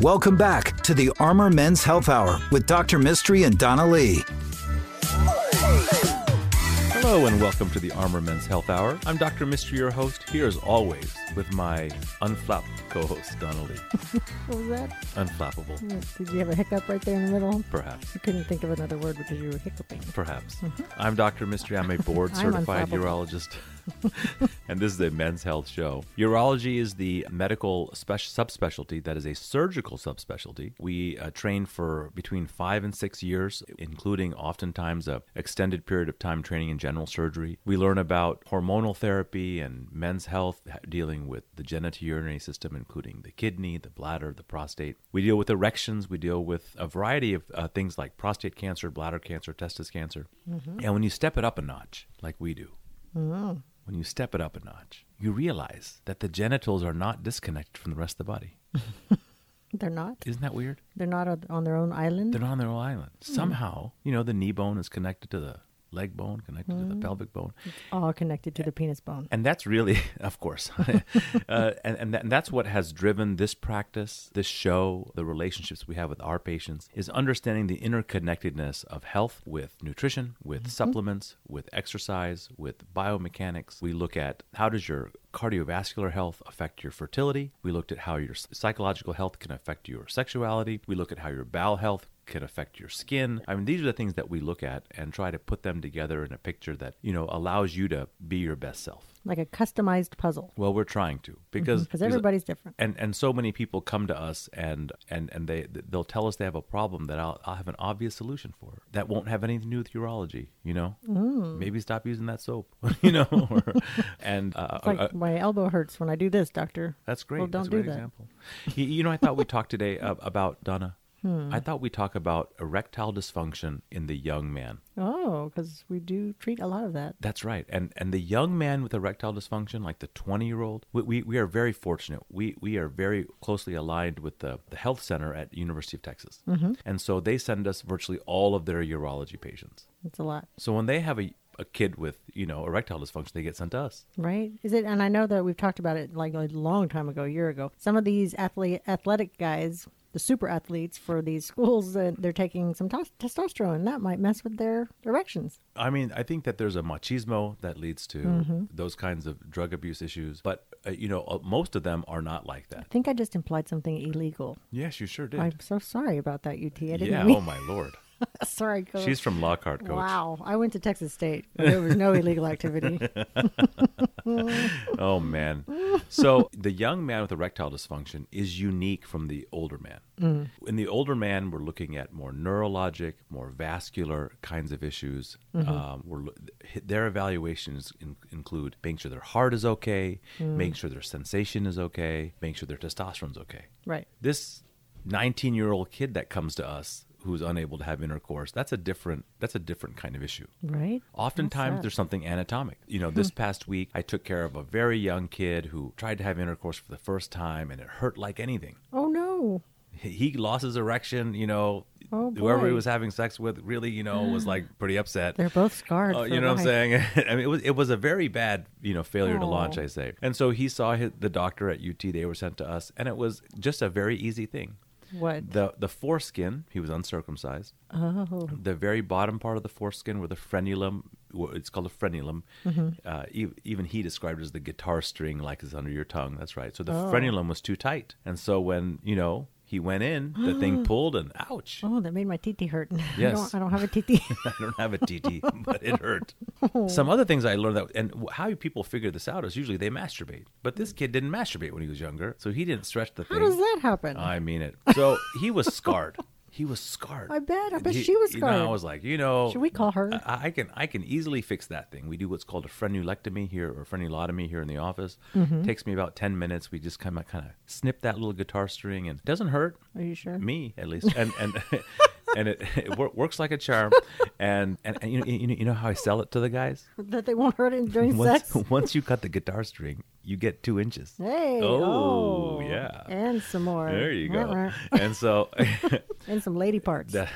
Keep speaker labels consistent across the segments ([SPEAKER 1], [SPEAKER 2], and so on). [SPEAKER 1] Welcome back to the Armor Men's Health Hour with Dr. Mystery and Donna Lee.
[SPEAKER 2] Hello and welcome to the Armor Men's Health Hour. I'm Dr. Mystery, your host, here as always with my unflapped co-host, Donna Lee.
[SPEAKER 3] What was that?
[SPEAKER 2] Unflappable,
[SPEAKER 3] Did you have a hiccup right there in the middle?
[SPEAKER 2] perhaps.
[SPEAKER 3] You couldn't think of another word because you were hiccuping.
[SPEAKER 2] Perhaps. I'm Dr. Mystery. I'm a board certified
[SPEAKER 3] unflappable.
[SPEAKER 2] urologist. and this is a men's health show. Urology is the medical spec- subspecialty that is a surgical subspecialty. We uh, train for between five and six years, including oftentimes a extended period of time training in general surgery. We learn about hormonal therapy and men's health, h- dealing with the genitourinary system, including the kidney, the bladder, the prostate. We deal with erections. We deal with a variety of uh, things like prostate cancer, bladder cancer, testis cancer. And when you step it up a notch, like we do, when you step it up a notch, you realize that the genitals are not disconnected from the rest of the body.
[SPEAKER 3] They're not.
[SPEAKER 2] Isn't that weird?
[SPEAKER 3] They're not on- on their own island.
[SPEAKER 2] They're not on their own island. Somehow, you know, the knee bone is connected to the leg bone, connected to the pelvic bone.
[SPEAKER 3] all connected to the penis bone.
[SPEAKER 2] And that's really, of course, uh, and, and, that, and that's what has driven this practice, this show, the relationships we have with our patients is understanding the interconnectedness of health with nutrition, with supplements, with exercise, with biomechanics. We look at how does your cardiovascular health affect your fertility. We looked at how your s- psychological health can affect your sexuality. We look at how your bowel health can affect your skin. I mean, these are the things that we look at and try to put them together in a picture that, you know, allows you to be your best self.
[SPEAKER 3] Like a customized puzzle.
[SPEAKER 2] Well, we're trying to because
[SPEAKER 3] Because Mm-hmm. everybody's different.
[SPEAKER 2] and and so many people come to us and and and they they'll tell us they have a problem that I'll, I'll have an obvious solution for that won't have anything to do with urology. You know, maybe stop using that soap. You know, or, and uh,
[SPEAKER 3] It's like
[SPEAKER 2] uh,
[SPEAKER 3] my elbow hurts when I do this, doctor.
[SPEAKER 2] that's great.
[SPEAKER 3] Well, don't
[SPEAKER 2] That's a
[SPEAKER 3] do
[SPEAKER 2] great
[SPEAKER 3] that.
[SPEAKER 2] example. you, you know, I thought we talked today uh, about Donna.
[SPEAKER 3] Hmm.
[SPEAKER 2] I thought we talk about erectile dysfunction in the young man.
[SPEAKER 3] Oh, because we do treat a lot of that.
[SPEAKER 2] That's right. And and the young man with erectile dysfunction, like the 20 year old, we, we, we are very fortunate. We we are very closely aligned with the, the health center at University of Texas. And so they send us virtually all of their urology patients.
[SPEAKER 3] It's a lot,
[SPEAKER 2] So when they have a, a kid with, you know, erectile dysfunction, they get sent to us.
[SPEAKER 3] right? Is it? And I know that we've talked about it like a long time ago, a year ago. Some of these athlete, athletic guys, the super athletes for these schools, uh, they're taking some tos- testosterone. That might mess with their erections.
[SPEAKER 2] I mean, I think that there's a machismo that leads to those kinds of drug abuse issues, but uh, you know, uh, most of them are not like that.
[SPEAKER 3] I think I just implied something illegal.
[SPEAKER 2] Yes, you sure did.
[SPEAKER 3] I'm so sorry about that, UT. I didn't
[SPEAKER 2] yeah,
[SPEAKER 3] mean
[SPEAKER 2] oh my lord.
[SPEAKER 3] sorry, coach.
[SPEAKER 2] She's from Lockhart, coach.
[SPEAKER 3] Wow, I went to Texas State. but There was no illegal activity.
[SPEAKER 2] Oh man. So the young man with erectile dysfunction is unique from the older man. In the older man, we're looking at more neurologic, more vascular kinds of issues. Um, we're, lo- their evaluations in, include making sure their heart is okay, making sure their sensation is okay, making sure their testosterone's okay.
[SPEAKER 3] Right.
[SPEAKER 2] This 19-year-old kid that comes to us who's unable to have intercourse, that's a different that's a different kind of issue.
[SPEAKER 3] Right?
[SPEAKER 2] Oftentimes,
[SPEAKER 3] that?
[SPEAKER 2] there's something anatomic. You know,
[SPEAKER 3] Hmm.
[SPEAKER 2] this past week, I took care of a very young kid who tried to have intercourse for the first time, and it hurt like anything.
[SPEAKER 3] Oh, no.
[SPEAKER 2] He- He lost his erection. You know,
[SPEAKER 3] Oh,
[SPEAKER 2] whoever he
[SPEAKER 3] boy.
[SPEAKER 2] was having sex with really, you know, was like pretty upset.
[SPEAKER 3] They're both scarred.
[SPEAKER 2] Oh,
[SPEAKER 3] for
[SPEAKER 2] you know what I'm
[SPEAKER 3] life.
[SPEAKER 2] saying? I mean, it was it was a very bad you know failure to launch,
[SPEAKER 3] Oh.
[SPEAKER 2] I say. And so he saw his, the doctor at UT. They were sent to us, and it was just a very easy thing.
[SPEAKER 3] What?
[SPEAKER 2] The the foreskin. He was uncircumcised
[SPEAKER 3] oh,
[SPEAKER 2] the very bottom part of the foreskin where the frenulum wh- it's called a frenulum
[SPEAKER 3] Mm-hmm.
[SPEAKER 2] uh, e- even he described it as the guitar string like is under your tongue that's right so the
[SPEAKER 3] Oh.
[SPEAKER 2] frenulum was too tight and so when you know he went in the thing pulled and ouch
[SPEAKER 3] oh, that made my titi hurt. I,
[SPEAKER 2] Yes.
[SPEAKER 3] don't, I don't have a titi.
[SPEAKER 2] I don't have a TT, but it hurt.
[SPEAKER 3] Oh.
[SPEAKER 2] Some other things I learned that, and wh- how people figure this out is usually they masturbate. But this kid didn't masturbate when he was younger, so he didn't stretch the
[SPEAKER 3] How
[SPEAKER 2] thing.
[SPEAKER 3] does that happen?
[SPEAKER 2] I mean it. So he was scarred. He was scarred.
[SPEAKER 3] I bet. I bet
[SPEAKER 2] He-
[SPEAKER 3] she was
[SPEAKER 2] you know,
[SPEAKER 3] scarred.
[SPEAKER 2] I was like, you know,
[SPEAKER 3] Should we call her?
[SPEAKER 2] I, I can I can easily fix that thing. We do what's called a frenulectomy here or frenulotomy here in the office.
[SPEAKER 3] Mm-hmm.
[SPEAKER 2] takes me about ten minutes. We just kind of kind of snip that little guitar string and it doesn't hurt
[SPEAKER 3] Are you sure?
[SPEAKER 2] me at least. And and and it, it wor- works like a charm. And, and, and you, know, you, know- you know how I sell it to the guys?
[SPEAKER 3] that they won't hurt it during
[SPEAKER 2] Once,
[SPEAKER 3] sex.
[SPEAKER 2] once you cut the guitar string, you get two inches.
[SPEAKER 3] Hey.
[SPEAKER 2] Oh, yeah.
[SPEAKER 3] And some more.
[SPEAKER 2] There you go.
[SPEAKER 3] Ruh-roh.
[SPEAKER 2] and so
[SPEAKER 3] And some lady parts.
[SPEAKER 2] that,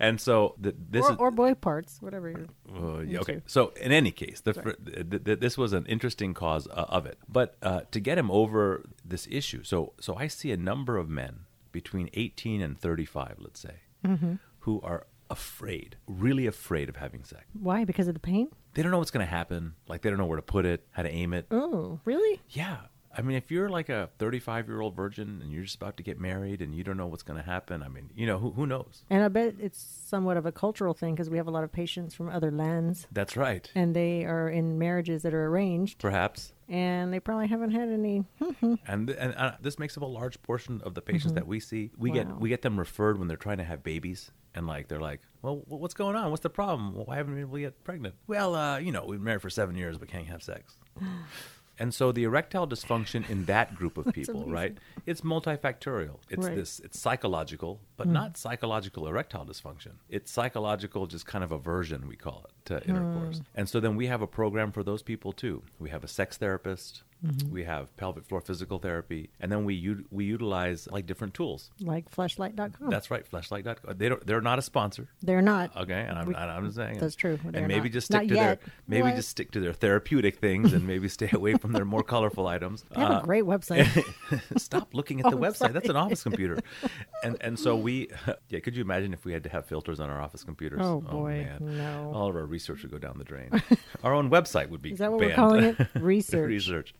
[SPEAKER 2] and so th- this
[SPEAKER 3] or,
[SPEAKER 2] is
[SPEAKER 3] or boy parts, whatever. You're...
[SPEAKER 2] Uh, yeah,
[SPEAKER 3] Me
[SPEAKER 2] okay.
[SPEAKER 3] too.
[SPEAKER 2] So in any case, the, fr- th- th- this was an interesting cause uh, of it. But uh, to get him over this issue, so so I see a number of men between 18 and 35, let's say,
[SPEAKER 3] Mm-hmm.
[SPEAKER 2] who are afraid, really afraid of having sex.
[SPEAKER 3] Why? Because of the pain?
[SPEAKER 2] They don't know what's going to happen. Like they don't know where to put it, how to aim it.
[SPEAKER 3] Oh, really?
[SPEAKER 2] Yeah. I mean, if you're like a 35 year old virgin and you're just about to get married and you don't know what's going to happen, I mean, you know, who, who knows?
[SPEAKER 3] And I bet it's somewhat of a cultural thing because we have a lot of patients from other lands
[SPEAKER 2] That's right.
[SPEAKER 3] and they are in marriages that are arranged
[SPEAKER 2] Perhaps.
[SPEAKER 3] and they probably haven't had any.
[SPEAKER 2] and th- and uh, this makes up a large portion of the patients that we see. We get we get them referred when they're trying to have babies, and like they're like, "Well, wh- what's going on? What's the problem? Why haven't we been able to get pregnant?" Well, uh, you know, we've been married for seven years, but can't have sex. And so the erectile dysfunction in that group of people, right? It's multifactorial. It's
[SPEAKER 3] Right. Mm.
[SPEAKER 2] this it's psychological, but not psychological erectile dysfunction. It's psychological just kind of aversion we call it
[SPEAKER 3] Mm.
[SPEAKER 2] to intercourse. And so then we have a program for those people too. We have a sex therapist,
[SPEAKER 3] Mm-hmm.
[SPEAKER 2] we have pelvic floor physical therapy, and then we u- we utilize like different tools.
[SPEAKER 3] like fleshlight.com.
[SPEAKER 2] That's right, flashlight.com. They don't they're not a sponsor.
[SPEAKER 3] They're not.
[SPEAKER 2] Okay, and I'm,
[SPEAKER 3] We-
[SPEAKER 2] and I'm just saying
[SPEAKER 3] that's true.
[SPEAKER 2] And
[SPEAKER 3] They're
[SPEAKER 2] maybe
[SPEAKER 3] not-
[SPEAKER 2] just stick
[SPEAKER 3] not
[SPEAKER 2] to
[SPEAKER 3] yet.
[SPEAKER 2] their maybe
[SPEAKER 3] What?
[SPEAKER 2] just stick to their therapeutic things, and maybe stay away from their more colorful items.
[SPEAKER 3] They have
[SPEAKER 2] Uh,
[SPEAKER 3] a great website.
[SPEAKER 2] stop looking at the
[SPEAKER 3] Oh,
[SPEAKER 2] website.
[SPEAKER 3] sorry.
[SPEAKER 2] That's an office computer. and and so we, yeah. Could you imagine if we had to have filters on our office computers?
[SPEAKER 3] Oh, boy,
[SPEAKER 2] man.
[SPEAKER 3] no.
[SPEAKER 2] All of our research would go down the drain. our own website would be.
[SPEAKER 3] Is that what we're
[SPEAKER 2] banned.
[SPEAKER 3] calling it? Research.
[SPEAKER 2] Research.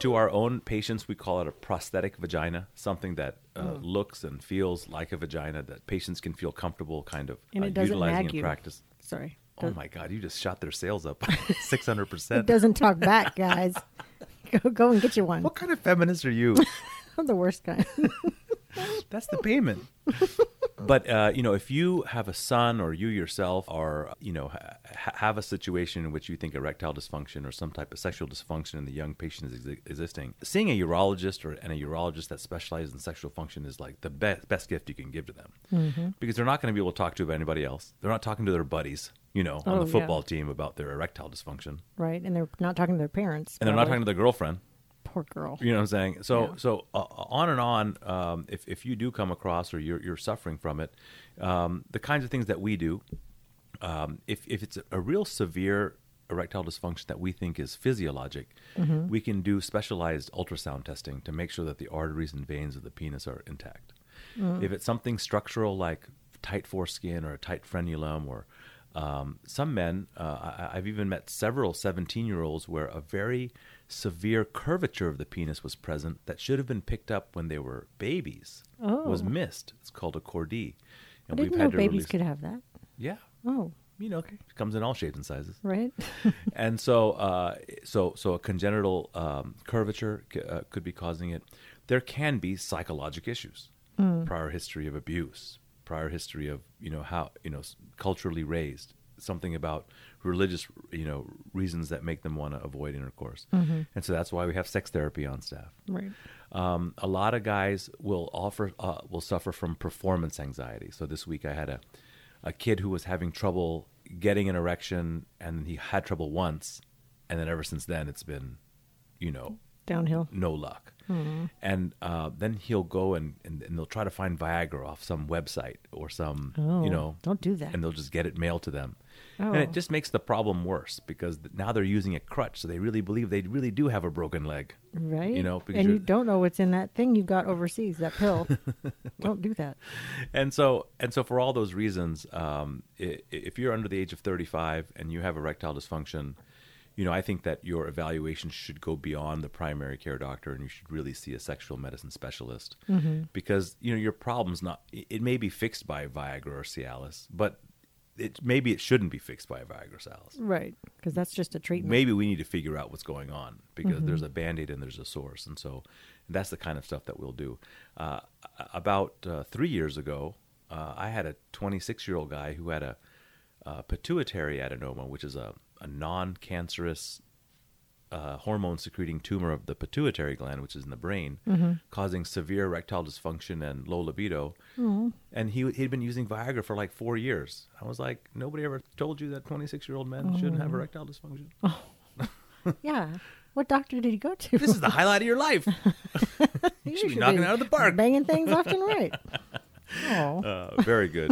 [SPEAKER 2] to our own patients, we call it a prosthetic vagina, something that uh,
[SPEAKER 3] Oh.
[SPEAKER 2] looks and feels like a vagina that patients can feel comfortable, kind of
[SPEAKER 3] And
[SPEAKER 2] uh,
[SPEAKER 3] it doesn't
[SPEAKER 2] utilizing
[SPEAKER 3] nag
[SPEAKER 2] in
[SPEAKER 3] you.
[SPEAKER 2] practice.
[SPEAKER 3] Sorry.
[SPEAKER 2] Oh my God! You just shot their sales up six hundred
[SPEAKER 3] It
[SPEAKER 2] percent.
[SPEAKER 3] doesn't talk back, guys. go, go and get you one.
[SPEAKER 2] What kind of feminist are you?
[SPEAKER 3] I'm the worst kind.
[SPEAKER 2] That's the payment. but uh, you know, if you have a son or you yourself are, you know, ha- ha- have a situation in which you think erectile dysfunction or some type of sexual dysfunction in the young patient is exi- existing, seeing a urologist or and a urologist that specializes in sexual function is like the best best gift you can give to them
[SPEAKER 3] Mm-hmm.
[SPEAKER 2] because they're not going to be able to talk to about anybody else. They're not talking to their buddies, you know, on
[SPEAKER 3] Oh,
[SPEAKER 2] the
[SPEAKER 3] yeah.
[SPEAKER 2] football team about their erectile dysfunction,
[SPEAKER 3] right? And they're not talking to their parents.
[SPEAKER 2] and they're not
[SPEAKER 3] probably.
[SPEAKER 2] talking to their girlfriend.
[SPEAKER 3] Poor girl.
[SPEAKER 2] You know what I'm saying? So so uh, on and on. Um, if if you do come across or you're you're suffering from it, um, the kinds of things that we do, um, if if it's a real severe erectile dysfunction that we think is physiologic,
[SPEAKER 3] Mm-hmm.
[SPEAKER 2] we can do specialized ultrasound testing to make sure that the arteries and veins of the penis are intact.
[SPEAKER 3] Mm.
[SPEAKER 2] If it's something structural like tight foreskin or a tight frenulum or um, some men, uh, I, I've even met several 17 year olds where a very severe curvature of the penis was present that should have been picked up when they were babies, was missed. It's called a chordee.
[SPEAKER 3] Oh. I
[SPEAKER 2] And
[SPEAKER 3] didn't know babies
[SPEAKER 2] release-
[SPEAKER 3] could have that.
[SPEAKER 2] Yeah.
[SPEAKER 3] Oh,
[SPEAKER 2] You know, it comes in all shapes and sizes
[SPEAKER 3] right?
[SPEAKER 2] and so, uh, so, so a congenital um, curvature c- uh, could be causing it. There can be psychologic issues, prior history of abuse, prior history of you know how you know s- culturally raised, something about religious you know reasons that make them want to avoid intercourse, and so that's why we have sex therapy on staff.
[SPEAKER 3] right.
[SPEAKER 2] Um, a lot of guys will offer uh, will suffer from performance anxiety. So this week I had a a kid who was having trouble getting an erection, and he had trouble once, and then ever since then it's been, you know,
[SPEAKER 3] Downhill.
[SPEAKER 2] no luck.
[SPEAKER 3] Hmm.
[SPEAKER 2] And uh, then he'll go and, and and they'll try to find Viagra off some website or some
[SPEAKER 3] Oh,
[SPEAKER 2] you know
[SPEAKER 3] don't do that.
[SPEAKER 2] and they'll just get it mailed to them. And it
[SPEAKER 3] Oh.
[SPEAKER 2] just makes the problem worse because th- now they're using a crutch, so they really believe they really do have a broken leg.
[SPEAKER 3] Right.
[SPEAKER 2] You know, because
[SPEAKER 3] and you
[SPEAKER 2] you're-
[SPEAKER 3] don't know what's in that thing you got overseas, that pill. don't do that.
[SPEAKER 2] and so and so for all those reasons um, i- if you're under the age of 35 and you have erectile dysfunction you know i think that your evaluation should go beyond the primary care doctor and you should really see a sexual medicine specialist because you know your problem's not it it may be fixed by viagra or cialis but it maybe it shouldn't be fixed by viagra or cialis
[SPEAKER 3] Right. Because that's just a treatment.
[SPEAKER 2] maybe we need to figure out what's going on because there's a band-aid and there's a source and so that's the kind of stuff that we'll do uh, a- about uh, three years ago uh, i had a 26 year old guy who had a, uh pituitary adenoma which is a, a non-cancerous uh, hormone secreting tumor of the pituitary gland, which is in the brain, causing severe erectile dysfunction and low libido. And he he'd been using Viagra for like four years. I was like, nobody ever told you that 26 year old men shouldn't have erectile dysfunction.
[SPEAKER 3] Yeah. What doctor did he go to?
[SPEAKER 2] This is the highlight of your life.
[SPEAKER 3] you
[SPEAKER 2] should be knocking it out of the park.
[SPEAKER 3] Banging things left and right. Oh.
[SPEAKER 2] Uh, very good.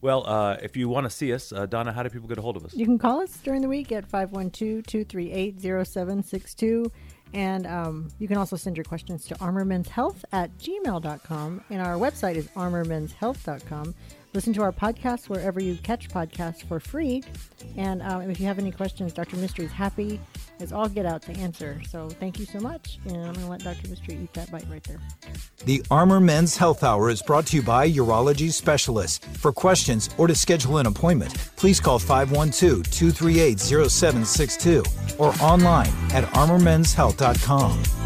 [SPEAKER 2] well, uh, if you want to see us, uh, Donna, how do people get a hold of us?
[SPEAKER 3] You can call us during the week at 512-238-0762. And um, you can also send your questions to armormenshealth at gmail.com. And our website is armormenshealth.com. Listen to our podcast wherever you catch podcasts for free. And um, if you have any questions, Dr. Mystery is happy as all get out to answer. So thank you so much. And I'm going to let Dr. Mystery eat that bite right there.
[SPEAKER 1] The Armor Men's Health Hour is brought to you by Urology Specialists. For questions or to schedule an appointment, please call 512 238 0762 or online at armormenshealth.com.